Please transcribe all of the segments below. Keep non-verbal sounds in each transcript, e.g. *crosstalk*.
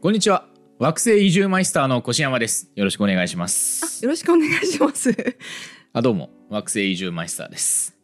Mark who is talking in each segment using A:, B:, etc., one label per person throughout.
A: こんにちは惑星移住マイスターの越山ですよろしくお願いします
B: よろしくお願いします。 *laughs*
A: あどうも惑星移住マイスターです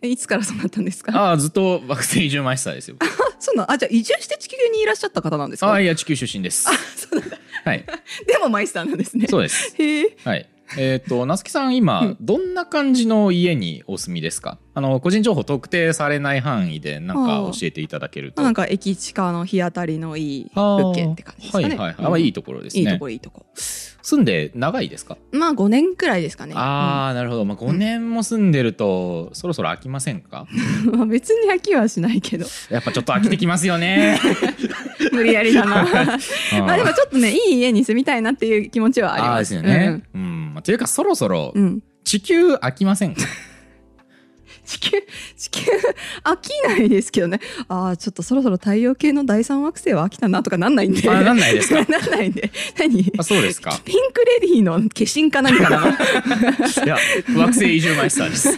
B: えいつからそうなったんですか。あ、
A: ああずっと惑星移住マイスターですよ僕
B: そうなん。あ、じゃあ移住して地球にいらっしゃった方なんです
A: あ
B: か。
A: あいや地球出身です
B: *laughs* そうなんだ。
A: はい
B: でもマイスターなんですね。
A: そう
B: う
A: です
B: へえ。
A: はいえっ、と、なすきさん、今、
B: うん
A: どんな感じの家にお住みですかあの、個人情報特定されない範囲で、なんか
B: ああ
A: 教えていただけると。
B: なん
A: か、
B: か駅地下の日当たりのいい物件って感じですかね。
A: はいはいはい。
B: う
A: あ、
B: ん
A: まあいいところですね。
B: いいとこいいとこ。
A: 住んで長いですか
B: まあ五年くらいですかね。
A: ああ、なるほど、まあ、5年も住んでると、そろそろ飽きませんか
B: うん。ま *laughs* あ別に飽きはしないけど。 *laughs*
A: やっぱちょっと飽きてきますよね
B: 無理やりだな。 *laughs* まあ
A: *laughs*
B: で
A: あ
B: もちょっとねいい家に住みたいなっていう気持ちはあり
A: あー
B: ま。
A: ですすよね、うんまあというかそろそろ
B: うん。うん。
A: 地球飽きませんか、
B: 地球地球飽きないですけどねああちょっとそろそろ太陽系の第三惑星は飽きたなとかなんないんで
A: あなんないですか
B: *laughs* なんないんで何
A: *laughs* あそうですか
B: ピンクレディーの化身か何かなの
A: *laughs* いや惑星移住マイスターです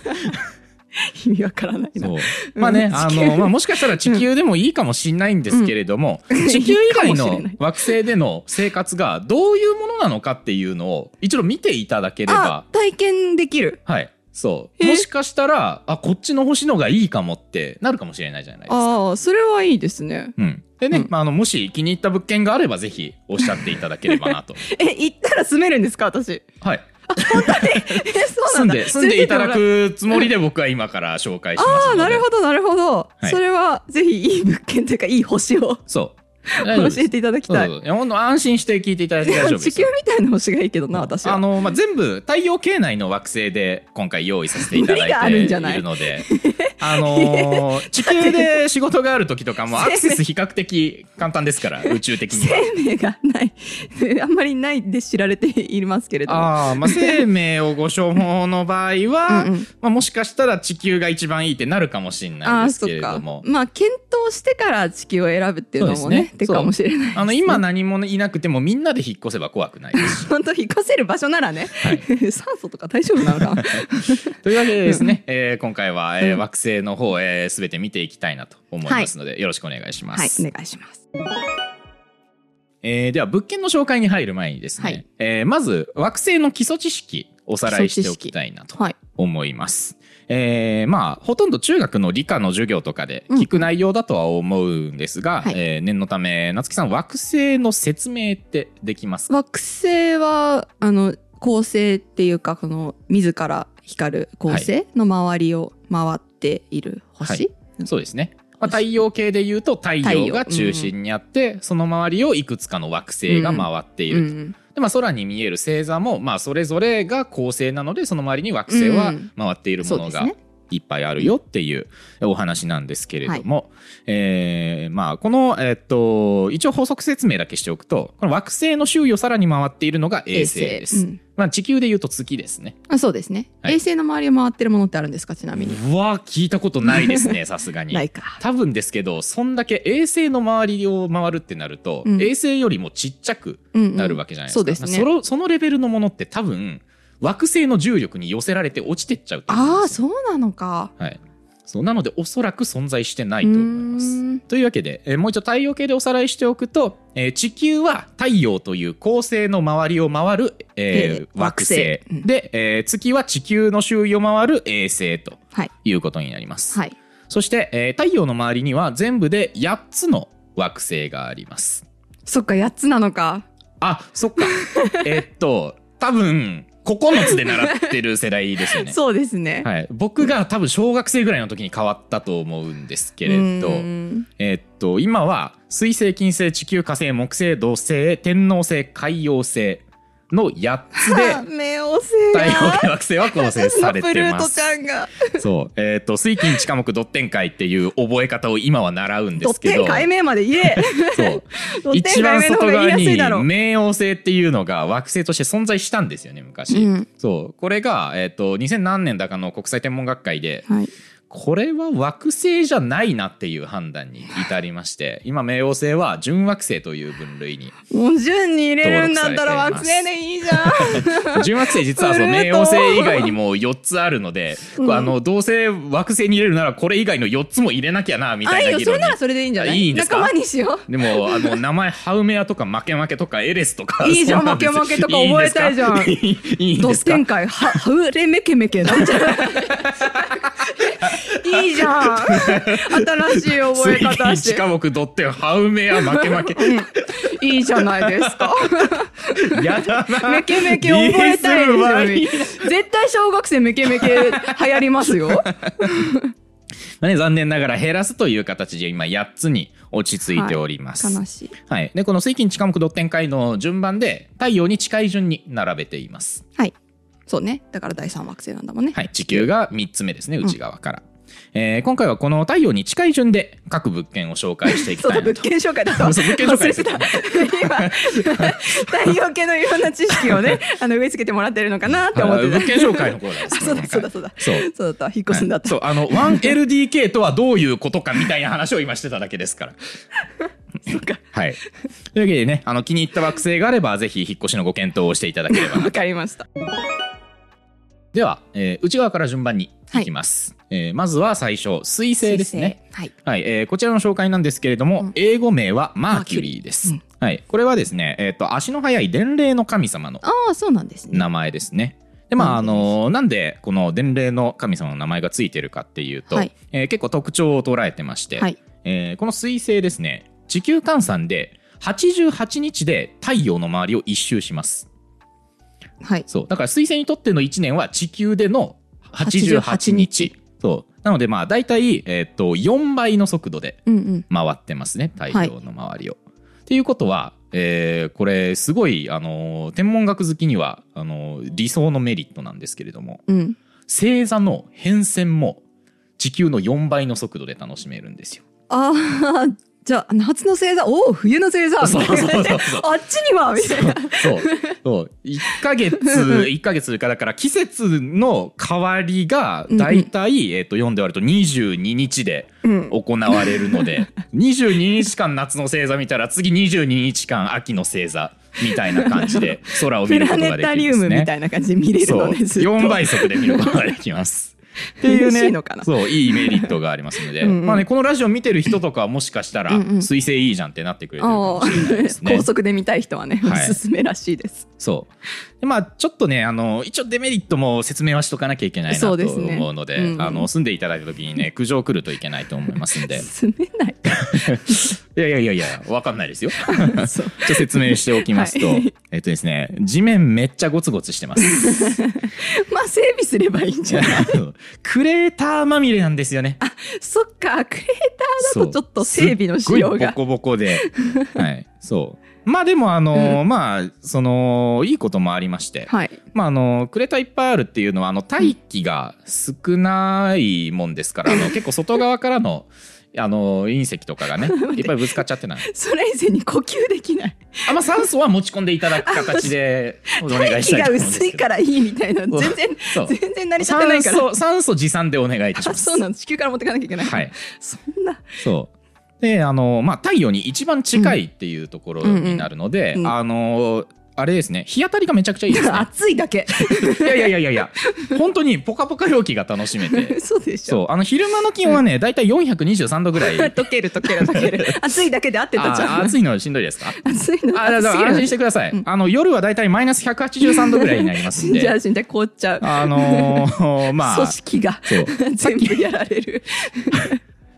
B: 意味わからないな
A: そう
B: うん
A: まあね、あ
B: 地球
A: の、まあ、もしかしたら地球でもいいかもしれないんですけれども、
B: ん
A: 地球以外
B: いいかもし
A: の
B: れない
A: 惑星での生活がどういうものなのかっていうのを一度見ていただければ
B: あ体験できる
A: はい。そう。
B: え
A: もしかしたら、あ、こっちの星の方がいいかもってなるかもしれないじゃないですか。
B: ああそれはいいですね
A: うん。でね、
B: うん
A: まあ、あの、もし気に入った物件があれば、ぜひおっしゃっていただければなと。
B: え行ったら住めるんですか私
A: はい。
B: えそう
A: 住
B: なん
A: ん
B: だ
A: で、住んでいただ
B: 連れてってもらう
A: くつもりで僕は今から紹介しますので。
B: ああなるほどなるほど、
A: はい
B: それはぜひいい物件というかいい星を
A: *laughs* そう。大丈
B: 教
A: 夫です
B: えていただきたい
A: そうそうそういや、本当安心して聞いていただいて大丈夫で
B: 地
A: す
B: 球み
A: よ。
B: たいな星がいいけどな私は
A: あの、まあ、全部太陽系内の惑星で今回用意させていただ
B: 無理があ
A: いて
B: るん
A: い
B: じゃない
A: るので、 *laughs* あの *laughs* ー地球で仕事がある時とか *laughs* もアクセス比較的簡単です *laughs* から、宇宙的には。
B: 生命がないあんまりない *laughs* で知られていますけれども
A: ああ、まあ、生命をご所望の場合 *laughs* は、
B: うんうん
A: まあ、もしかしたら地球が一番いいってなるかもしれ
B: あ
A: ない
B: あ
A: です
B: そ
A: け
B: っ
A: れ
B: か
A: ども。
B: まあ検討してから地球を選ぶっていうの
A: そう
B: も
A: です
B: ね
A: ね
B: 手かもしれない
A: あの、今何もいなくてもみんなで引っ越せば怖くないです
B: *laughs*。
A: し
B: 本当引っ越せる場所ならね、
A: はい
B: 酸素とか大丈夫なの
A: *laughs*
B: かな
A: というわけでですね、えー今回は、えー
B: うん
A: 惑星の方、えー、全て見ていきたいなと思いますので、よろしくお願いしま
B: はい
A: す。
B: お願いします
A: えーでは物件の紹介に入る前にですね、
B: はい
A: えーまず惑星の基礎知識おさらいしておきたいなと
B: はい
A: 思います。えーまあほとんど中学の理科の授業とかで聞く内容だとは思うんですが、
B: はい
A: えー念のため夏希さん惑星の説明ってできますか
B: 惑星はあの恒星っていうかこの自ら光る恒星の周りを回っている星、
A: そうですね。まあ、太陽系でいうと太陽が
B: 太陽
A: 中心にあって、その周りをいくつかの惑星が回っていると。
B: うん
A: でまあ、空に見える星座も、まあ、それぞれが恒星なのでその周りに惑星は回っているも
B: そう
A: の
B: です
A: が
B: ね
A: いっぱいあるよっていうお話なんですけれども、えーまあ、この、えっと一応法則説明だけしておくとこの惑星の周囲をさらに回っているのが衛星です、
B: うん
A: まあ、地球でいうと月ですね
B: あそうですね、
A: はい
B: 衛星の周りを回ってるものってあるんですかちなみに
A: うわ聞いたことないですねさすがに
B: *laughs* ないか
A: 多分ですけどそんだけ衛星の周りを回るってなると、
B: うん
A: 衛星よりもちっちゃくな
B: な
A: るわけじゃないですか、
B: そうですね
A: そのそのレベルのものって多分惑星の重力に寄せられて落ちてっちゃうと思うん
B: あ
A: で
B: あ
A: すよ
B: そうなのか
A: はい、そうなのでおそらく存在してな
B: はい
A: と思いますというわけで、えーもう一度太陽系でおさらいしておくと、えー地球は太陽という恒星の周りを回る、えー
B: えー
A: 惑星
B: 惑星うん
A: で、えー月は地球の周囲を回る衛星と
B: はい
A: いうことになります、
B: はい
A: そして、えー太陽の周りには全部で8つの惑星があります
B: そっか8つなのか
A: あそっ
B: *laughs*
A: かえっと多分9つで習ってる世代ですよね
B: *laughs* そうですね、
A: はい、僕が多分小学生ぐらいの時に変わったと思うんですけれど
B: う、ーん
A: えっと今は水星金星地球火星木星土星天王星海洋星の8つ
B: *laughs*
A: で
B: 冥王星
A: 太
B: が
A: 陽系惑星は構
B: *laughs*
A: 成され
B: プル
A: て
B: ー
A: ま
B: トちゃ
A: す。
B: んが
A: そう、えっと水金地下木ドッテン界っていう覚え方を今は習うんで
B: ド
A: す
B: ッ
A: け
B: テ
A: ど
B: ン、解明まで
A: *laughs*
B: 言え
A: そう
B: ドッテ
A: 一
B: ン
A: 番
B: 解明の方
A: 外
B: が
A: 側
B: 言いや
A: に
B: すいだろう
A: 冥王星っていうのが惑星として存在したんですよね昔、
B: うん
A: そうこれが、えっと2000何年だかの国際天文学会で
B: はい
A: これは惑星じゃないなっていう判断に至りまして今冥王星は準惑星という分類
B: *laughs*
A: に
B: もう順に入れるんだったら惑星でいいじゃん
A: 準惑星実はその冥王星以外にも4つあるので、うん、あのどうせ惑星に入れるならこれ以外の4つも入れなきゃ *laughs* なみたいな議論に
B: それならそれでいいんじゃない
A: いいんですか
B: 仲間にしよう
A: でもあの名前ハウメアとか負け負けとかエレスとか
B: *laughs* いいじゃん負け負けとか覚えたいじゃん
A: いいん
B: ド
A: で
B: ス
A: すか
B: 展開はハウレメケメケなんじゃない
A: *laughs*
B: いいじゃん新しい覚え
A: 水
B: 方して
A: 金一科目ドッテンハウメア負け負け
B: いいじゃないですか
A: やだな
B: メケメケ覚えたい
A: リースは
B: でしょ絶対小学生メケメケ流行りますよ
A: まあね、残念ながら減らすという形で今8つに落ち着いております。はい
B: 悲しい
A: でこの水金地下木ドッテン回の順番で太陽に近い順に並べています。
B: はいそうねだから第三惑星なんだもんね
A: はい、地球が3つ目ですね内側から、えー今回はこの太陽に近い順で各物件を紹介していき
B: そう
A: た
B: だ
A: いな
B: 物
A: と。
B: 件紹介だった
A: そう *laughs* 物件紹介です
B: 忘れてた今太陽系のいろんな知識をねあの植え付けてもらってるのかなって思
A: あ
B: ってた
A: 物件紹介のコーナーで
B: あ
A: す、
B: *laughs* そうだそうだそうだ
A: そう
B: そうだった引っ越すんだっ
A: はい
B: た、
A: そうあの 1LDK とはどういうことかみたいな話を今してただけですから。はい、というわけでねあの気に入った惑星があればぜひ引っ越しのご検討をしていただければ
B: わかりました
A: では、えー内側から順番にいきます、えーまずは最初水星ですね
B: 水星はい
A: はい、えーこちらの紹介なんですけれども、
B: うん
A: 英語名はマーキュリーです、
B: マーキュ
A: はい、これはですね、えー、と足の速い伝令の神様の
B: ああそうなんですね
A: 名前ですねでまあ、あのなんでこの伝令の神様の名前がついてるかっていうと、
B: はい
A: えー結構特徴を捉えてまして、
B: はい
A: えーこの水星ですね地球換算で88日で太陽の周りを一周します
B: はい
A: そう。だから水星にとっての1年は地球での88
B: 88
A: 日。そう。なのでまあ大体、えーっと、4倍の速度で
B: うんうん
A: 回ってますね。太陽の周りを。っていうことは、えーこれすごい、あのー天文学好きには、あのー理想のメリットなんですけれども、
B: うん
A: 星座の変遷も地球の4倍の速度で楽しめるんですよ。
B: ああじゃあ夏の星座おお冬の星座
A: そうそうそうそう
B: みたいな感じであっちにはみたいな
A: *laughs* そう。そう。1ヶ
B: *laughs*
A: 月、1ヶ月か、だから季節の変わりが、だいたい、えっと、読んで割ると22日で
B: うん
A: 行われるの
B: *laughs*
A: で、22日間夏の星座見たら、次22日間秋の星座みたいな感じで、空を見
B: プ
A: るこ
B: ラ
A: と
B: ネ
A: がで
B: タ
A: き
B: リ
A: る
B: ウ
A: んです
B: ムみ
A: ね
B: た。いな感じで見れる
A: そう。
B: のです
A: 4倍速で見ることができます。
B: *laughs* っていうねのかな
A: そう、いいメリットがありますので、
B: うんうん
A: まあね、このラジオ見てる人とかはもしかしたら
B: うんう、ん
A: 水星いいじゃんってなってくれてるか
B: あ
A: もしれないです
B: ー
A: ね。
B: 高速で見たい人はね、
A: はい
B: おすすめらしいです
A: そう。でまあ、ちょっとね、あの、一応デメリットも説明はしとかなきゃいけないなと
B: そうですね
A: 思うので、
B: うんうん
A: あの、住んでいただいた時に
B: *laughs*
A: ね、苦情来るといけないと思いますんで。
B: 住めない
A: いやいやいやいや、わかんないですよ。
B: から *laughs* そう
A: ちょっと説明しておきますと、
B: はい
A: えっとですね、地面めっちゃゴツゴツしてます。
B: まあ整備すればいい
A: *laughs*
B: んじゃない
A: クレーターまみれなんですよね。
B: そっかクレーター
A: そ
B: だ
A: う
B: とちょっと整備の仕様
A: すっご
B: が
A: いボコボコ
B: *laughs*
A: で。はい。そう。まあでも、あの、まあ、その、いいこともありまして、
B: はい
A: まあ、あのクレーターいっぱいあるっていうのはあの大気が少ないもんですから、あ
B: *laughs*
A: の結構外側からのあの隕石とかがねいっぱいぶつかっちゃってない
B: それ以前に呼吸できない
A: あんま酸素は持ち込んでいただく形でお願いし
B: 息
A: たい
B: が
A: と思うんです
B: 薄い
A: けど
B: からいいみたいな全然
A: そう
B: 全然成り立ってない
A: 酸
B: から
A: 素酸素持参でお願いいたし
B: あ
A: ま
B: そう
A: す。
B: なの地球から持ってかなきゃいけない、
A: はい、
B: そ
A: *laughs*
B: んな
A: そうであの、まあ、太陽に一番近いっていうところになるので、
B: うんうんうん
A: あのあれですね日当たりがめちゃくちゃいい
B: *laughs*
A: ですね。
B: 暑いだけ
A: いやいやいやいやいや本当にポカポカ陽気が楽しめて
B: *laughs* そうでし
A: そ
B: ょ
A: う、あの昼間の気温はね、だいたい423度ぐ
B: *laughs*
A: らい。あ
B: 溶ける溶ける溶 *laughs* ける暑いだけで合ってたじゃ
A: ー
B: ん
A: 暑いのしんどいですか
B: 暑いの
A: あだから安心しててください。あの夜はだいたいマイナス183度ぐらいになりますん
B: 死 *laughs* んじゃ
A: で
B: う、死んじゃう凍っちゃう、
A: あの
B: *laughs*
A: ーまあ
B: 組、織が
A: そう
B: *laughs* 全部やられる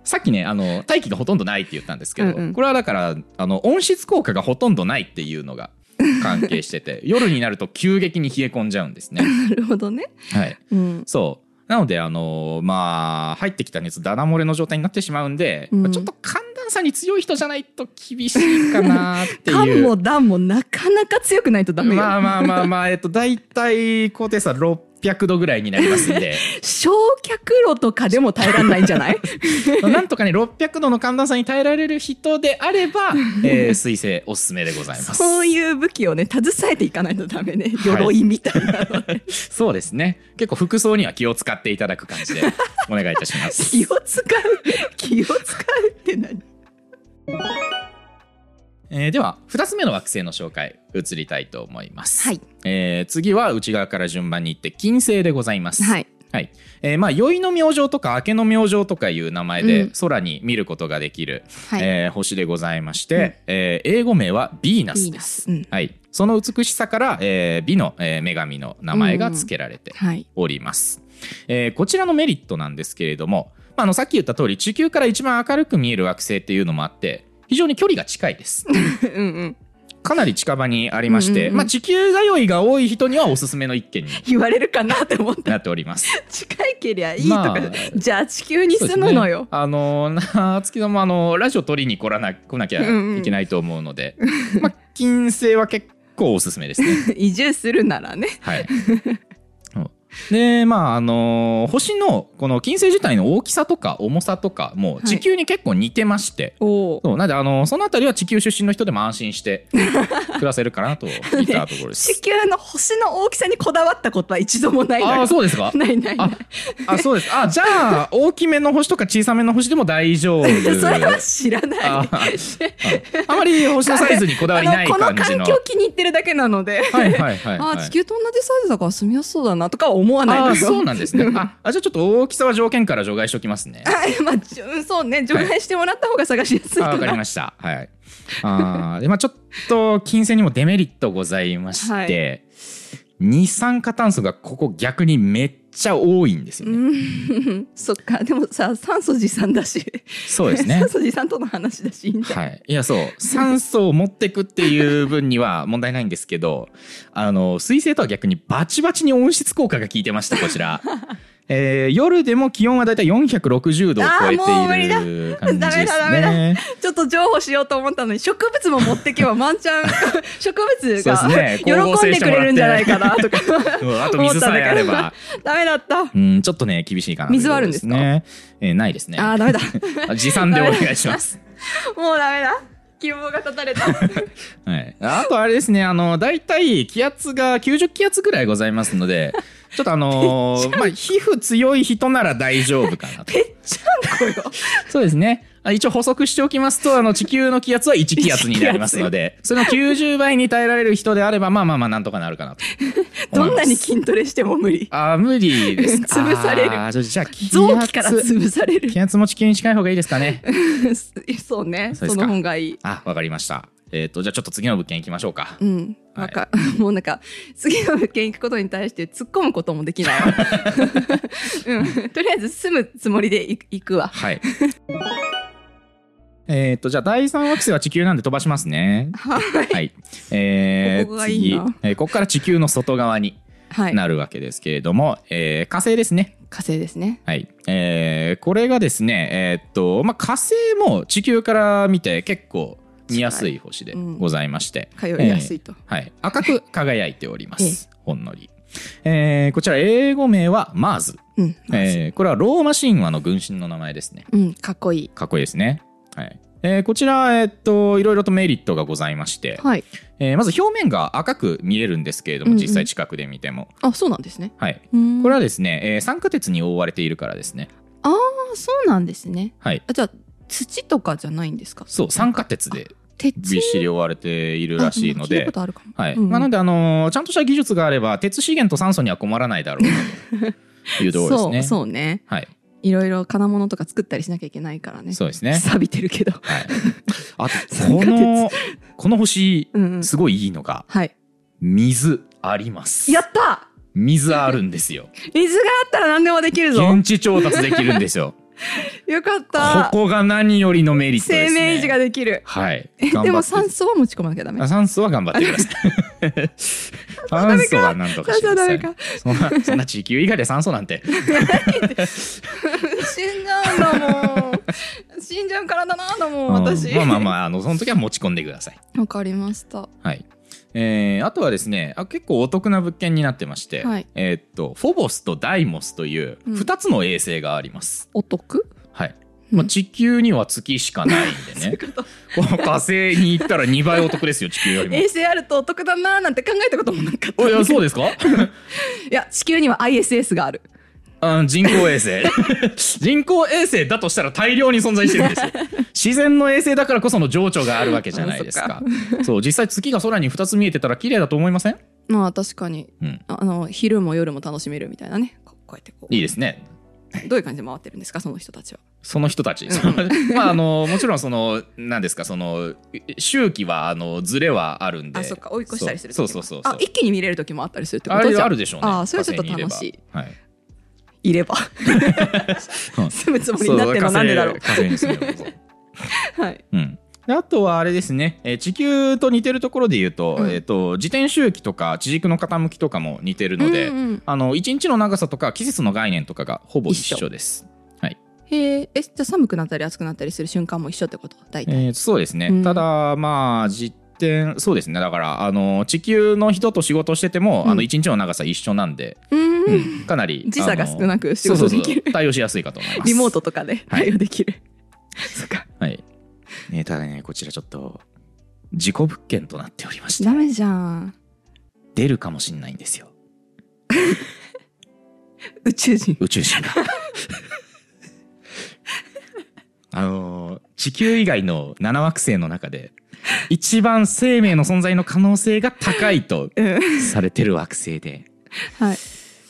A: さっきね、あの、大気がほとんどないって言ったんですけど、
B: うんうん
A: これはだから、あの、温室効果がほとんどないっていうのが関係して
B: *laughs*
A: て、夜になると急激に冷え込んじゃうんですね。
B: なるほどね
A: はい。
B: うん
A: そう。なので、あのーまあ、入ってきた熱、ダダ漏れの状態になってしまうんで、
B: うん
A: まあちょっと寒暖差に強い人じゃないと厳しいかなって
B: *laughs* 寒
A: いう。
B: も暖もなかなか強くないとダメよ、
A: まあまあまあまあ、えっと、大体、高低差6 800度ぐらいになりますん
B: *laughs*
A: で
B: 焼却炉とかでも耐えられないんじゃない
A: *laughs* なんとかね600度の寒暖差に耐えられる人であれば、
B: *laughs*
A: えー、水星おすすめでございます
B: そういう武器をね携えていかないとダメね鎧みたいな、ねはい、
A: そうですね結構服装には気を使っていただく感じでお願いいたします
B: *laughs* 気を使う気を使うって何
A: えー、では2つ目の惑星の紹介移りたいと思います、
B: はい
A: えー、次は内側から順番にいって金星でございます、
B: はい
A: はいえー、まあ宵の明星とか明けの明星とかいう名前
B: う
A: で
B: ん
A: 空に見ることができる、
B: はい
A: えー星でございまして、
B: うん
A: えー英語名はビーナ
B: い
A: ス
B: い
A: で
B: な
A: す、
B: うん
A: はい、その美しさから、えー美の、えー女神の名前が付けられて
B: はい
A: おります、えーこちらのメリットなんですけれども、まあ、あのさっき言った通り地球から一番明るく見える惑星っていうのもあって非常に距離が近いです
B: *laughs* うんうん
A: かなり近場にありまして、
B: うんうんうん
A: まあ、地球通いが多い人にはおすすめの一軒に
B: 言われるかなって思った
A: なっております。
B: 近いけりゃいいとか、
A: まあ
B: じゃあ地 *laughs* 球に住むのよ、
A: あのな月のもあのラジオ取りに来らな来なきゃ
B: うんうん
A: いけないと思うので、 *laughs* まあ、金星は結構おすすめです
B: *laughs*
A: ね。
B: 移住するならね
A: はい。そうでまああの星のこの金星自体の大きさとか重さとかも
B: い
A: 地球に結構似てまして、
B: おお
A: そうなんであのそのあたりは地球出身の人でも安心して
B: *laughs*
A: 暮らせるかなといったところです。
B: 地球の星の大きさにこだわったことは一度もないの
A: あ
B: よ
A: あそうですか
B: *laughs* ないないない
A: ああそうですあじゃあ大きめの星とか小さめの星でも大丈夫
B: *laughs* それは知らない
A: ああまり星のサイズにこだわりない
B: あの
A: 感
B: こ
A: じ
B: の
A: の
B: 環境気に入ってるだけなので、
A: はいはいはい、はい、
B: あ地球と同じサイズだから住みやすそうだなとかは思わないの
A: あ
B: よ
A: そうなん
B: *laughs*
A: ですねああじゃあちょっと大きさは条件から除外しておきますね
B: あまあじゅうんそうね除外してもらった方が探しやすい
A: あ
B: か
A: わかり
B: な
A: ましたはいあーでまあちょっと金星にもデメリットございまして、
B: は
A: 二酸化炭素がここ逆にめっちゃ多いんですよ
B: う
A: ね、
B: ん *laughs* そっかでもさ酸素持参だし
A: そうです
B: *laughs*
A: ね
B: 酸素持参との話だしいいんじゃん
A: はい、いやそう酸素を持ってくっていう分には問題ないんですけどあの水星とは逆にバチバチに温室効果が効いてましたこち
B: *laughs*
A: ら、えー夜でも気温はだいたい460度を超え
B: あーもう無理だ
A: ている感じですね
B: ダメだダメちょっと譲歩しようと思ったのに植物も持ってけばワン
A: *laughs*
B: チャン植物が、
A: そうですね
B: 喜んでくれるんじゃないかなとか
A: うんあと水さえあれ
B: 思ったん
A: ば
B: だ *laughs* ダメだったあ
A: うんちょっとね厳しいかな
B: 水はあるんですか
A: ということですね、えーないですね
B: ーダメだ
A: 持参でお願いします
B: もうダメだ希望が断たれた
A: はい、あとあれですね、あの、大体気圧が90気圧ぐらいございますの
B: *laughs*
A: で、ちょっとあのーまあ、皮膚強い人なら大丈夫かなと。
B: ぺっちゃんこよ
A: そうですね。あ一応補足しておきますと、あの、地球の気圧は1気圧になりますので、その90倍に耐えられる人であれば、まあまあまあ、なんとかなるかなと
B: *laughs* ど
A: 思います。
B: んなに筋トレしても無理
A: あー、無理ですか。
B: *laughs* 潰される
A: あーじゃあ、気圧。
B: 臓器から潰
A: *laughs*
B: される
A: 気圧も地球に近い方がいいですかね。
B: そうね
A: そう
B: そ
A: ですか
B: の方がいい
A: あ、わかりました。えっ、と、じゃあちょっと次の物件行きましょうか。
B: うん
A: はい
B: わか *laughs* もうなんか次の物件行くことに対して突っ込むこともで
A: *laughs*
B: きないわ、うん、とりあえず住むつもりで行く行くわ
A: はい。 *laughs* えっと、じゃあ第3惑星は地球なんで飛ばしますね。
B: はい
A: はい。えー
B: ここがいいな
A: 次、えーここから地球の外側に
B: はい
A: なるわけですけれども、えー火星ですね。
B: 火星ですね
A: はい。えーこれがですね、えーっと、まあ、火星も地球から見て結構見やすい星でございまして。
B: 通いやすいと、
A: えーはい。赤く輝いております。ほんのり。えーこちら英語名はマーズ。
B: うん、
A: えーこれはローマ神話の軍神の名前ですね。
B: うん、かっこいい。
A: かっこいいですね。はい。えーこちら、えーっと、いろいろとメリットがございまして、
B: はい。
A: えーまず表面が赤く見えるんですけれども、
B: うんうん
A: 実際近くで見ても。
B: あ、そうなんですね。
A: はい。
B: うーん
A: これはですね、えー酸化鉄に覆われているからですね。
B: あ、そうなんですね。
A: はい。
B: あ、じゃあ土とかじゃないんですか。
A: そう、酸化鉄で
B: 鉄
A: びっしり覆われているらしいの
B: あ聞いた
A: で
B: こ、とあるかも。
A: はい。
B: うんうん
A: まあ、なので、あのーちゃんとした技術があれば、鉄資源と酸素には困らないだろうというところです
B: そう、
A: ね。う。
B: そうね。
A: はい。
B: いろいろ金物とか作ったりしなきゃいけないからね。
A: そうですね。
B: 錆びてるけど。 *laughs*
A: はい。あと、
B: 酸
A: こ
B: 化鉄
A: の、この星、
B: うんうん。
A: すごいいいのが、
B: はい。
A: 水あります。
B: やった。
A: 水あるんですよ。
B: 水があったら何でもできるぞ。
A: 現地調達できるんです
B: *laughs*
A: よ。
B: よかっ
A: こ
B: た。
A: こが何よりのメリットで
B: 生
A: すね。
B: 命維持ができる。
A: はい。
B: でも
A: 頑張
B: 酸
A: って
B: 素は持ち込まなきゃダメ
A: あ。酸素は頑張ってくださ
B: *laughs*
A: い。酸素はなんとかして
B: 酸素
A: くだ
B: はダ
A: さ
B: メ
A: い
B: か。。
A: そんなそんな地球以外で酸素なんて。
B: 死んじゃうんだもん。死んじゃう体なんだもん、
A: うん
B: *laughs* 私。
A: まあまあまああのその時は持ち込んでください。
B: わかりました。
A: はい。えーあとはですねあ結構お得な物件になってまして、
B: はい
A: えーっとフォボスとダイモスという
B: うん
A: 2つの衛星があります、
B: お得
A: はい、ま
B: う
A: あ、
B: ん
A: 地球には月しかないんで
B: *laughs*
A: ねこの *laughs* 火星に行ったら2倍お得ですよ地球よりも
B: 衛星あるとお得だなーなんて考えたこともなかった
A: おいやそう
B: い
A: ですか *laughs*
B: や地球には ISS がある
A: あ人工衛星 *laughs* 人工衛星だとしたら大量に存在してるんです
B: *laughs*
A: よ自然の衛星だからこその情緒があるわけじゃないですかそう実際月が空に2つ見えてたら綺麗だと思いません、
B: まあ確かに
A: うん、
B: あの昼も夜も楽しめるみたいなねここうやってこう
A: いいですね
B: どういう感じで回ってるんですかその人たちは
A: その人たち、
B: う
A: *laughs* まああのもちろんその何ですかその周期はあのズレはあるんで
B: あそっか追い越したりする時
A: そ
B: も
A: うそうそうそう
B: あ一気に見れる時もあったりするってこ
A: あ
B: と
A: れ
B: じゃあ
A: あるでしょうね
B: あそれはちょっと
A: 火星に
B: 楽しい
A: ればはい
B: いれば
A: *laughs* うん
B: 住むつ *laughs* もりになってるのなんでだろ
A: 火星火星に住めばそう
B: うはい
A: うん、であとはあれですね、えー地球と似てるところで言うと,、
B: うん
A: えー、と自転周期とか地軸の傾きとかも似てるので、
B: うんうん
A: あの1日の長さとか季節の概念とかがほぼ一緒です。
B: へーえじゃあ寒くなったり暑くなったりする瞬間も一緒ってこと大体、
A: えーそうですね、
B: うん
A: ただまあ実験そうですねだからあの地球の人と仕事してても、
B: うん
A: あの1日の長さ一緒なんで、
B: うんう
A: うんんかなり
B: 時差が少な
A: く
B: く仕事できる
A: 対応しやすいかと思います。
B: リモートとかで
A: はい
B: 対応できる、そっか
A: はいね、ただねこちらちょっと事故物件となっておりまして
B: ダメじゃん
A: 出るかもしれないんですよ
B: 宇宙人
A: 宇宙人が。 *laughs* あのー地球以外の7惑星の中で一番生命の存在の可能性が高いと
B: うん
A: されてる惑星で
B: はい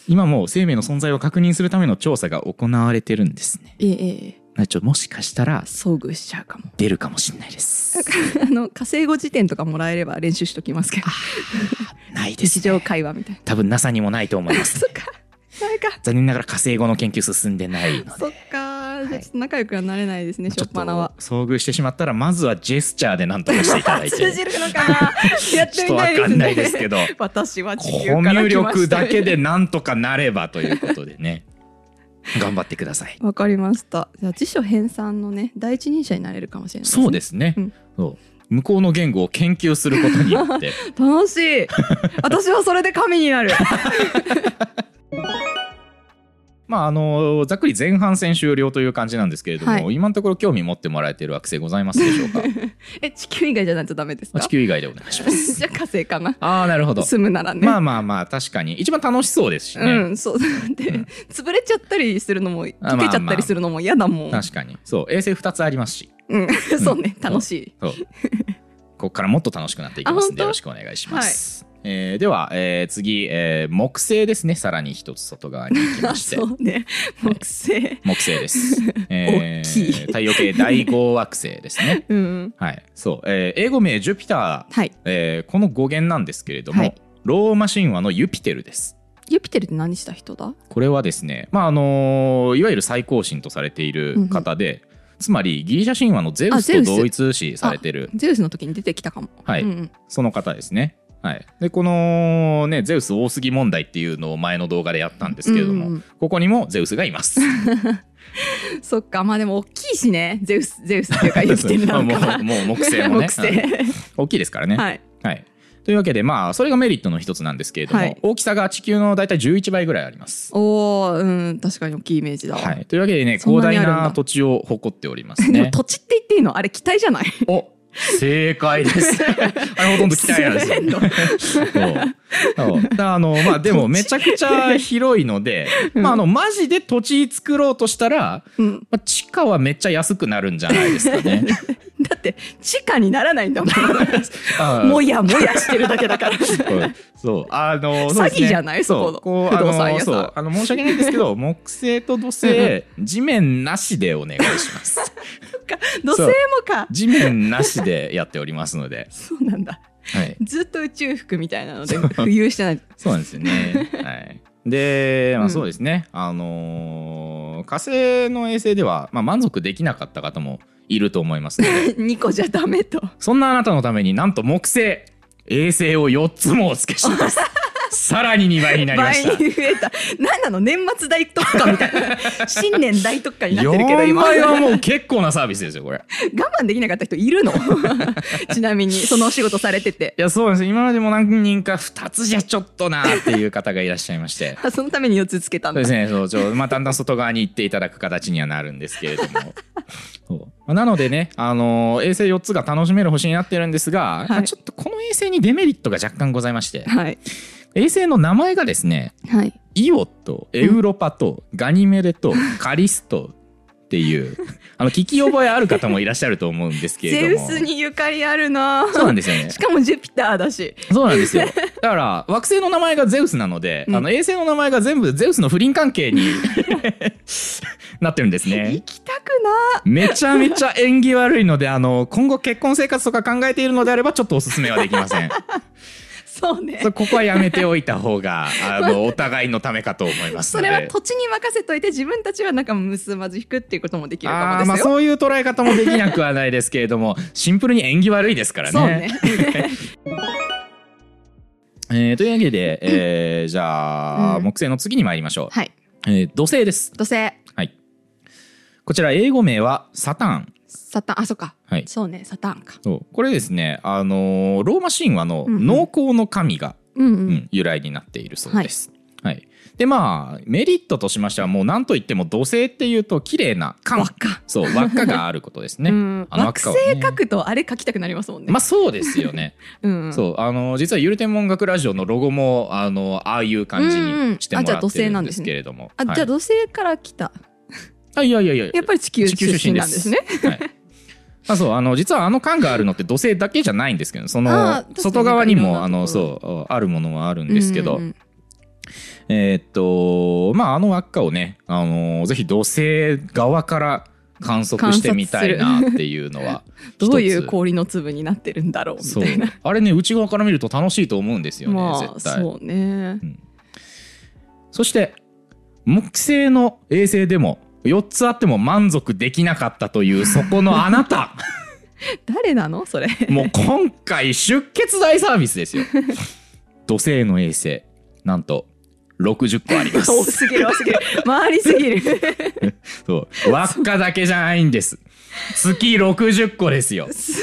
A: 今もう生命の存在を確認するための調査が行われてるんですね。
B: ええええ
A: なちょもしかしたら
B: 遭遇しちゃうかも
A: 出るかもしれないです。
B: *laughs* あの火星語辞典とかもらえれば練習しときますけど
A: ないです
B: 日
A: ね、
B: 常会話みたいな
A: 多分 NASA にもないと思います、 *laughs*
B: そっかダメか
A: 残念ながら火星語の研究進んでないので。
B: そっかじゃ
A: は
B: あ
A: い
B: ちょっと仲良くはなれないですね、
A: ち
B: し
A: ょ
B: ょ
A: っ
B: っ
A: と
B: ぱなは
A: 遭遇してしまったらまずはジェスチャーで何とかしていただ *laughs* いて
B: 通じるのかなやって
A: ちょっ
B: み
A: とわ
B: たいですね
A: かんないですけど
B: 私は地球
A: コ
B: か
A: ミ
B: ら
A: ュ
B: 来ま
A: 力
B: した
A: だけでなんとかなればということで *laughs* ね頑張ってください
B: *laughs* わかりましたじゃあ辞書編纂のね第一人者になれるかもしれない
A: そうですね、
B: うん
A: そう向こうの言語を研究することによって
B: 楽しい私はそれで神になる
A: *laughs* まああのざっくり前半戦終了という感じなんですけれども、
B: はい
A: 今のところ興味持ってもらえてる惑星ございますでしょ *laughs* うか
B: *laughs* え地球以外じゃないとダメです
A: あ
B: か
A: 地球以外でお願いします
B: *laughs* じゃあ火星かな
A: *laughs* ああなるほど、
B: 住むならね、
A: まあまあまあ確かに一番楽しそうですしね、
B: うんそうで、
A: うん
B: 潰れちゃったりするのも
A: あ
B: 溶けちゃったりするのも嫌だもん、
A: 確かにそう衛星2つありますし
B: うんそうね
A: うん
B: 楽しい *laughs*
A: そうここからもっと楽しくなっていきますんで
B: あ本当
A: よろしくお願いします。えーでは、えー次、えー木星ですねさらに一つ外側に行きま
B: あ
A: して
B: *laughs* そうね
A: はい
B: 木星
A: 木星
B: *laughs*
A: です、えー
B: 大きい
A: 太陽系第5惑星です
B: *laughs*
A: ね
B: うん
A: はいそう、えー英語名ジュピター、
B: はい
A: えーこの語源なんですけれども、
B: はい
A: ローマ神話のユピテルです
B: ユピテルって何した人だ
A: これはですねまああのーいわゆる最高神とされている方で、つまりギリシャ神話のゼウ
B: あゼ
A: ス
B: ウ
A: と
B: ス
A: 同一視されてる
B: ゼウスの時に出てきたかも
A: はい
B: うんうん
A: その方ですね。はい、でこの、ね、ゼウス多すぎ問題っていうのを前の動画でやったんですけれども、
B: うんうん
A: ここにもゼウスがいます。
B: そっかまあでも大きいしねゼウスゼウスっ
A: *laughs*
B: ていうかユピテルなのか
A: ま
B: な
A: あもうもう木星
B: *laughs*
A: もね
B: 木星
A: 大きいですからね。
B: はい
A: はいというわけでまあそれがメリットの一つなんですけれども、
B: はい
A: 大きさが地球の大体11倍ぐらいあります。
B: おーうん確かに大きいイメージだわ、
A: はい、というわけでね
B: そん
A: 広
B: なに
A: 大
B: あるんだ
A: な土地を誇っております
B: でも
A: ね。
B: 土地って言っていいのあれ機体じゃない
A: お正解
B: *laughs*
A: です。あれほとんど鍛えなんですよ。そうそうだからあのまあでもめちゃくちゃ広いので、まああのマジで土地作ろうとしたら、
B: うん
A: まあ、地価はめっちゃ安くなるんじゃないですか
B: *laughs*
A: ね。
B: だって地下にならないん
A: *laughs*
B: だも
A: あー
B: んもやもやしてるだけだか
A: *laughs*
B: ら
A: そうそうあのそうですね
B: 詐欺じゃないそこの
A: ううあ
B: 不動産
A: の
B: 屋さん
A: そうあの申し訳ないんですけ
B: *laughs*
A: ど木星と土星地面なしでお願いします。
B: 土星もか
A: 地面なしでやっておりますので、
B: そうなんだ
A: はい、
B: ずっと宇宙服みたいなので浮遊してない
A: そうなんですよ
B: *laughs*
A: ね。はい。で、ま
B: う
A: あ
B: ん
A: そうですね。あのー火星の衛星では、まあ、満足できなかった方もいると思いますの
B: *laughs*
A: で、
B: 2個じゃダメと *laughs*
A: そんなあなたのためになんと木星、衛星を4つもお付けします。さらに2倍になりま
B: 倍
A: し
B: に
A: た
B: 増えた。なんなの年末大特価みたい
A: *laughs*
B: な。新年大特価になってるけど
A: 4
B: 今。
A: 倍は
B: 我
A: もう結構なサービスですよこれ
B: 慢できなかった人いるの *laughs* ちなみに、そのお仕事されてて。
A: いやそうなんです今までも何人か2つじゃちょっとなっていう方がいらっしゃいまして
B: あそのために4つつけたん
A: そう
B: だ
A: で。すね、そう、ちょまあ、だんだん外側に行っていただく形にはなるんですけれ
B: *laughs*
A: ども。そうまあなのでね、あのー衛星4つが楽しめる星になってるんですが、
B: い
A: まあちょっとこの衛星にデメリットが若干ございまして、 *laughs*
B: はい。
A: 衛星の名前がですね、
B: はい。
A: イオとエウロパとガニメデとカリストって
B: *laughs*
A: いう、あの、聞き覚えある方もいらっしゃると思うんですけ
B: ゼ
A: れ
B: ウ
A: ども。
B: スにゆかりあるな
A: そうなんですよね
B: し。かもジュピターだし。
A: そうなんです
B: *laughs*
A: よ。だから、惑星の名前がゼウスなので、
B: うん
A: あの衛星の名前が全部ゼウスの不倫関係に *laughs*
B: *laughs*
A: なってるんですね
B: 行。きたくな
A: めちゃめちゃ縁起悪いので、あの、今後結婚生活とか考えているのであれば、ちょっとおすすめはできま
B: *laughs*
A: せん。
B: そうね。
A: そうここはやめておいた方
B: *laughs*
A: が、あの、お互いのためかと思います
B: そ
A: ので。
B: れは土地に任せといて自分たちは仲結ばず引くっていうこともできるかも
A: あー
B: ですよ。
A: まあそういう捉え方もできなくはないですけれども *laughs* シンプルに縁起悪いですからね。
B: そうね。
A: えーというわけで、えーじゃあ、
B: うん
A: 木星の次に参りましょ
B: はい。
A: う、えー土星です。
B: 土星、
A: こちら英語名はサターン。
B: サタン、あ、そっか。
A: はい
B: そうね、サタンか。
A: そうこれですね、あのーローマ神話の
B: うんうん
A: 農耕の神が、
B: うんう
A: うん
B: ん。
A: 由来になっているそうです。はいでまあメリットとしましてはもう何と言っても土星っていうと綺麗な
B: 輪
A: 環
B: っか。
A: そう輪っかがあることですね。
B: *laughs* うん、
A: あの輪っ
B: 惑
A: か
B: 星
A: をね
B: 描くとあれ描きたくなりますもんね。
A: まあそうですよね。
B: *laughs* うんうん、
A: そうあの実はゆる天文学ラジオのロゴもあのああいう感じにしてもら
B: うんうんあじゃあ土
A: って
B: 星
A: る
B: なんん
A: で
B: ですすね
A: けれども。
B: あ、じゃあ土星から来た。
A: はいあいやいやいや
B: やっぱり地球
A: 地球
B: 出
A: 出身
B: 身
A: で
B: なんですすね。
A: はい、あそうあの実はあの缶があるのって土星だけじゃないんですけどそ
B: あー
A: の
B: 確かに
A: 外側に
B: いろん
A: も
B: な
A: あの
B: ところ
A: そうあるものはあるんですけど、
B: うんうん
A: えーっとまああの輪っかをね、あのぜひ土星側から観測してみたいなっていうのは
B: *laughs* どういう
A: 一つ
B: 氷の粒になってるんだろうみ
A: そう
B: たいな。
A: あれね内側から見ると楽しいと思うん
B: *laughs*
A: ですよね、
B: まあ
A: 絶対
B: そうね。
A: そして木星の衛星でも4つあっても満足できなかったというそこのあな
B: *laughs*
A: た
B: 誰なの
A: *laughs*
B: それ。
A: もう今回出血大サービスですよ土星の衛星なんと60個ありま
B: *laughs* 多
A: す
B: すぎる多すぎる。回りすぎ
A: *laughs*
B: る。
A: そう輪っかだけじゃないんです月60個ですよ
B: す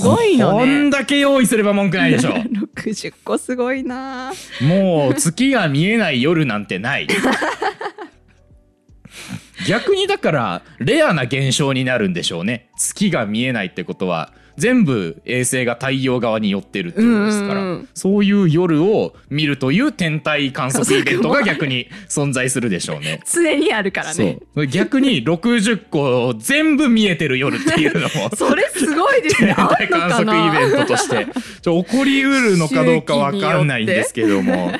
B: ごいの
A: こん
B: ね。
A: だけ用意すれば文句ないでしょ
B: *laughs* 六十個すごいな。
A: もう月が見えない夜なんてない逆にだからレアな現象になるんでしょうね月が見えないってことは全部衛星が太陽側に寄ってるってことですから、
B: うんうんうん。
A: そういう夜を見るという天体観測イベントが逆に存在するでしょうね
B: 常にあるからね。
A: そう逆に60個全部見えてる夜っていうの *laughs* も
B: *laughs* それすご
A: *laughs*
B: いですね。あんの
A: 観
B: か
A: 測
B: な。
A: イベントとしてちょ起こりうるのかどうかわかんないんですけども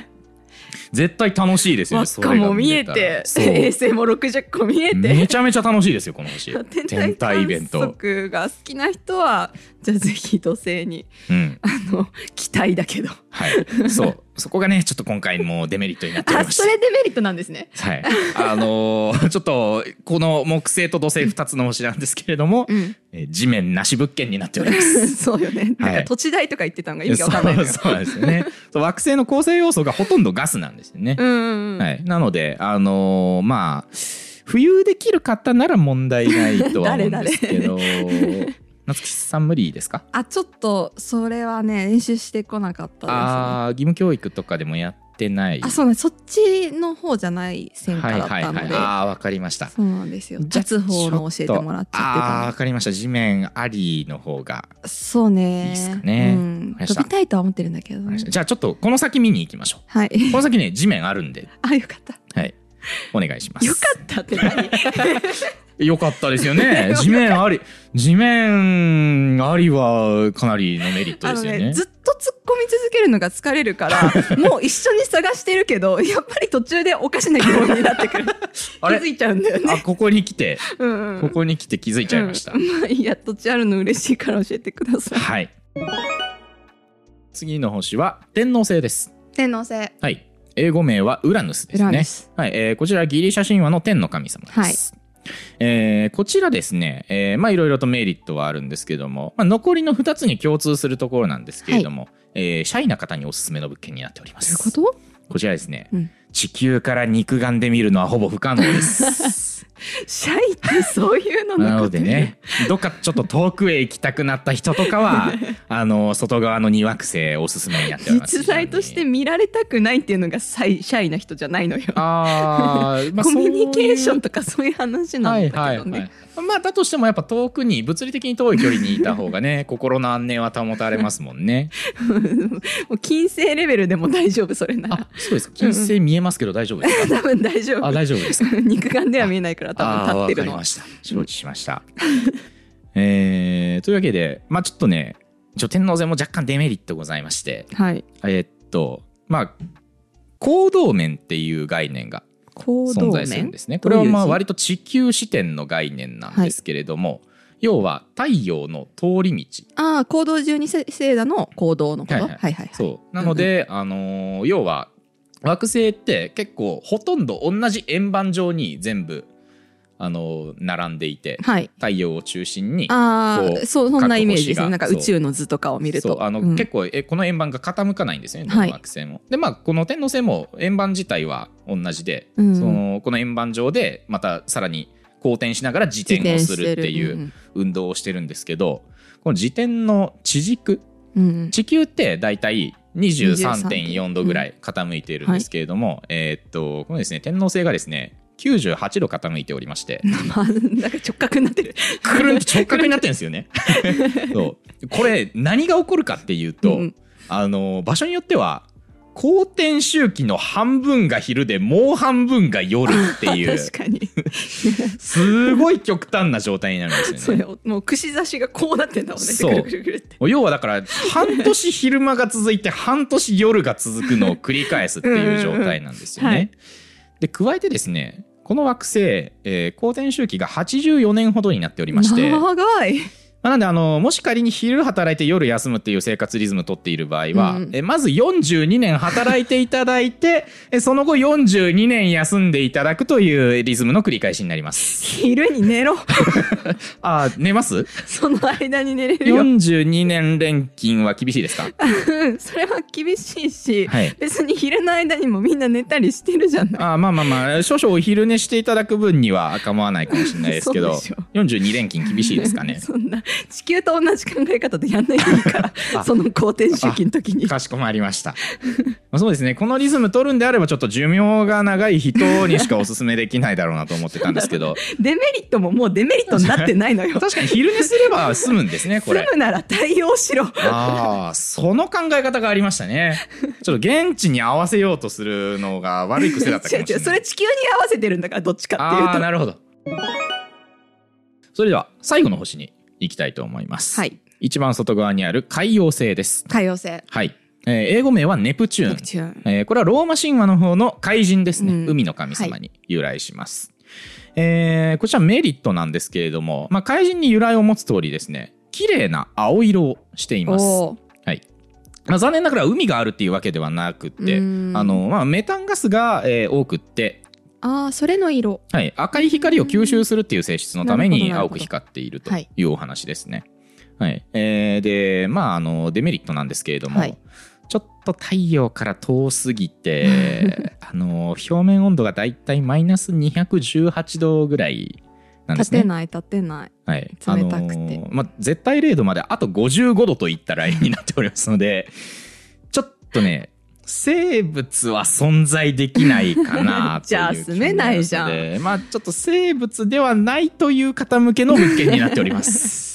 A: 絶対楽しいですよ
B: 輪
A: ね
B: っ
A: そ
B: か
A: れが
B: も見え
A: た
B: て
A: ら、
B: 衛星も六十個見え
A: そうめ
B: て。
A: ちゃめちゃ楽しいですよこの星天
B: 天体
A: 体イ
B: イ
A: ベ
B: ベ
A: ン
B: ン
A: ト、
B: トが好きな人はじゃあぜひ土星に
A: うん
B: あの期待だけ
A: *laughs*
B: ど
A: はい、そうそこがねちょっと今回もうデメリットになっており
B: あ
A: まし
B: そ
A: た
B: れデメリットなんですね
A: はい、あのーちょ *laughs* っとこの木星と土星2つの星なんですけれども、
B: うん
A: *laughs* えー地面なし物件になっております
B: そうよね
A: はい
B: *laughs* なんか土地代とか言ってたのが意味がわかんないのよ
A: そうそうなんですよねそう惑星の構成要素がほとんどガスなんですよね、
B: うんうんうん
A: はい、なので、あのーまあ浮遊できる方なら問題ない
B: *laughs*
A: とは思うんですけど夏木さん無理ですか
B: あちょっとそれはね練習してこなかったですね
A: あー義務教育とかでもやってない
B: あそうなんですそっちの方じゃない線
A: は
B: か
A: い
B: だっ
A: はい
B: た
A: はい
B: ので
A: あーわかりました
B: そうなんですよ
A: じゃ
B: 立つ方の教えてもらっち
A: あー
B: ゃっ
A: わ
B: て
A: かりました地面ありの方が、
B: たそうね
A: いいっすかね
B: うん
A: わかりまし
B: 飛
A: た
B: びたいとは思ってるんだけどね
A: じゃあちょっとこの先見に行きましょ *laughs*
B: はいう
A: この先ね地面あるんで
B: あよかった
A: はいお願いします
B: よかったっ
A: *laughs*
B: て何
A: よかったですよ
B: *laughs*
A: ね地面あり地面ありはかなりのメリット
B: あ
A: で
B: の
A: すよ
B: ね
A: ね
B: ずっと突っ込み続けるのが疲れるから
A: *laughs*
B: もう一緒に探してるけどやっぱり途中でおかしな疑問になってくる気
A: *laughs* あれ
B: づいちゃうんだよ
A: あ
B: ね
A: ここに来て
B: うんうん
A: ここに来て気づいちゃいました、
B: うんまあいいや土地あるの嬉しいから教えてください
A: はい次の星は天王星です
B: 天皇星
A: はい英語名はウラヌスですね
B: ウラヌス
A: はいえーこちらギリシャ神話の天の神様です、えーこちらですね、えーまあいろいろとメリットはあるんですけども、まあ、残りの2つに共通するところなんですけれども、えーシャイな方におすすめの物件になっておりま
B: どう
A: す
B: いうこと
A: こちらですね、
B: うん
A: 地球から肉眼で見るのはほぼ不可能です
B: シャイってそう *laughs* いうの
A: なのでねどっかちょっと遠くへ行きたくなった人とか
B: *laughs*
A: はあの外側の2惑星おすすめになっております
B: 実在として見られたくないっていうのがシャイシャイな人じゃないのよ、
A: あー、まあ、
B: コミュニケーション
A: と
B: とかそういう話なんだけどね、
A: はいはいはいまあだとしてもやっぱ遠くに物理的に遠い距離にいた方がね *laughs* 心の安寧は保たれますもんね
B: *laughs* もう金星レベルでも大丈夫それなら
A: あそうですか金星見えますけど大丈夫です
B: *laughs*
A: か、
B: 多分大丈夫
A: あ大丈夫ですか
B: 肉眼では見えないから多
A: あー
B: 分立ってる
A: わかり
B: の
A: ました承知しま
B: *laughs*
A: した、えーというわけでまあちょっとねちょ天王星も若干デメリットございまして
B: はい
A: えーっとまあ行動面っていう概念が
B: 行
A: 存
B: 動
A: 在するん
B: 面
A: ですね。
B: ど
A: こ
B: うい
A: れは
B: う
A: まあ
B: 字
A: 割と地球視点の概念なんですけれども、要は太陽の通り道、
B: ああ行動中にせせいだの行動のこ
A: は
B: と
A: いは
B: は
A: い
B: いはいはい
A: そうなので、あのー要は惑星って結構ほとんど同じ円盤上に全部、あのー並んでいて
B: はい
A: 太陽を中心に
B: あ
A: こう
B: あそうそんなイメージですねなん
A: 各
B: か
A: 星が
B: 宇宙の図とかを見る
A: そう
B: と
A: あの、
B: うん
A: 結構えこの円盤が傾かないんですよねど
B: は
A: の
B: い
A: 惑星も。でまあこの天王星も円盤自体は同じで、
B: うん
A: そのこの円盤上でまたさらに公転しながら自
B: 自
A: 転を
B: 転
A: す
B: して
A: るっていう。
B: うん
A: 運動をしてるんですけどこの自転の地軸
B: うん
A: *laughs* 地球ってだいたい23.4
B: 23.4
A: 度ぐらい傾いているんですけれども、えーっとこのですね天王星がですね98度傾いておりまして
B: *laughs* まあ、なんか直角になってる。
A: くるんと直角になってるんですよ
B: *laughs*
A: ね。そうこれ何が起こるかっていうと、
B: うん
A: あの場所によっては公転周期の半分が昼でもう半分が夜っていう
B: *laughs* 確かに。
A: すごい極端な状態になるんですよね。
B: それをもう串刺しがこうなってんだもんね。
A: そう
B: くるくるくるって。
A: 要はだから半年昼間が続いて半年夜が続くのを繰り返すっていう状態なんですよね。
B: うんうんうんはい
A: で加えてですねこの惑星、えー、公転周期が84年ほどになっておりまして、ま
B: 長い。
A: あ、なんであのもし仮に昼働いて夜休むっていう生活リズムをとっている場合は、
B: うん
A: えーまず42年働いていただいて *laughs* えーその後42年休んでいただくというリズムの繰り返しになります。
B: 昼に
A: *laughs*
B: 寝ろ。
A: あー寝ます
B: その間に寝れるよ。
A: ?42 年連勤は厳しいですか
B: うん *laughs* それは厳しいし、
A: はい
B: 別に昼の間にもみんな寝たりしてるじゃない。
A: あーまあまあまあ少々お昼寝していただく分には構わないかもしれないですけど
B: そうでしょ
A: 42連勤厳しいですかね
B: *laughs* そんな地球と同じ考え方でやんないでいいか
A: あ
B: らその公転周期の時に
A: かしこまりました *laughs* まあそうですねこのリズム取るんであればちょっと寿命が長い人にしかおすすめできないだろうなと思ってたんですけど
B: デメリットももうデメリットになってないのよ
A: 確かに昼寝すれば済むんですね *laughs* こ
B: *laughs*
A: れ
B: 住むなら対応しろ
A: ああその考え方がありましたねちょっと現地に合わせようとするのが悪い癖だったか
B: 違う
A: もし
B: *laughs* 違
A: れ
B: うそ
A: ない
B: れ地球に合わせてるんだからどっちかっていう
A: あ
B: と
A: あなるほどそれでは最後の星に行きたいと思います、
B: はい
A: 一番外側にある海洋星です。
B: 海洋性
A: はい。えー英語名はネプチューン。
B: チューン
A: えーこれはローマ神話の方の怪人ですね。
B: うん
A: 海の神様に由来します。えーこちらメリットなんですけれども、まあ、怪人に由来を持つ通りですね、綺麗な青色をしています。
B: おー
A: はい。まあ、残念ながら海があるっていうわけではなくて、あ
B: うん
A: の、まあ、メタンガスが、えー多くって、
B: ああそれの色
A: はい、赤い光を吸収するっていう性質のため
B: うん
A: に
B: なるほど
A: 青く光っていると
B: はい
A: いうお話ですね。はいえーでまああのデメリットなんですけれども、
B: はい
A: ちょっと太陽から遠すぎ
B: *laughs*
A: てあの表面温度がだいたいマイナス218度ぐらいなんで
B: 立
A: すね
B: て。ない立てない
A: はい、
B: 冷たくて
A: あのーまあ、絶対0度まであと55度といったラインになっておりますのでちょっとね生物は存在できないかなという
B: *laughs* じゃあ住めないじゃん
A: 気がしますのでまあちょっと生物ではないという方向けの物件になっております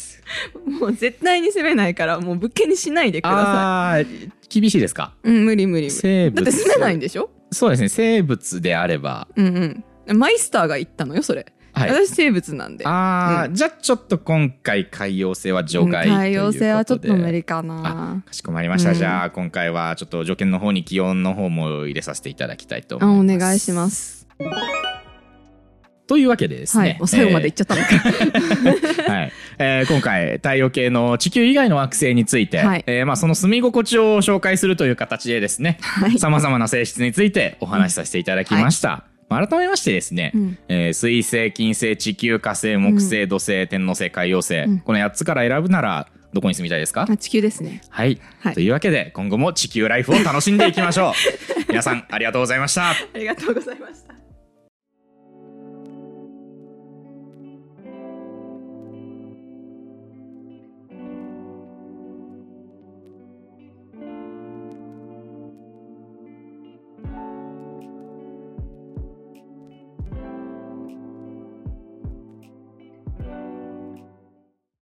B: *laughs* もう絶対に攻めないからもう物件にしないでくださ
A: ああー厳しいですか
B: いうん無理無理無理
A: 生物
B: だって住めないんでしょ
A: そうですね生物であれば
B: うんうんマイスターが言ったのよそれ、
A: はい
B: 私生物なんで
A: ああ、
B: う
A: じゃあちょっと今回海洋性は除外ということで、
B: 海洋性はちょっと無理かな
A: かしこまりました。
B: うん
A: じゃあ、今回はちょっと条件の方に気温の方も入れさせていただきたいと思
B: あお
A: います。
B: 願いしま。す
A: というわけでです
B: はい
A: ね。
B: もう最後まで言っちゃったのか、
A: えーはいえー今回、太陽系の地球以外の惑星について、
B: はい
A: えーまあ、その住み心地を紹介するという形でですね、
B: はい
A: さまざまな性質についてお話しさせていただきました。まあ改めましてですね、
B: うん
A: えー水星金星地球火星木星土星天王星海洋星、
B: ん
A: この8つから選ぶならどこに住みたいですか、
B: あ地球ですね。
A: はい、
B: はい
A: というわけ
B: *laughs*
A: で今後も地球ライフを楽しんでいきましょう皆さんありがとうございました
B: ありがとうございました。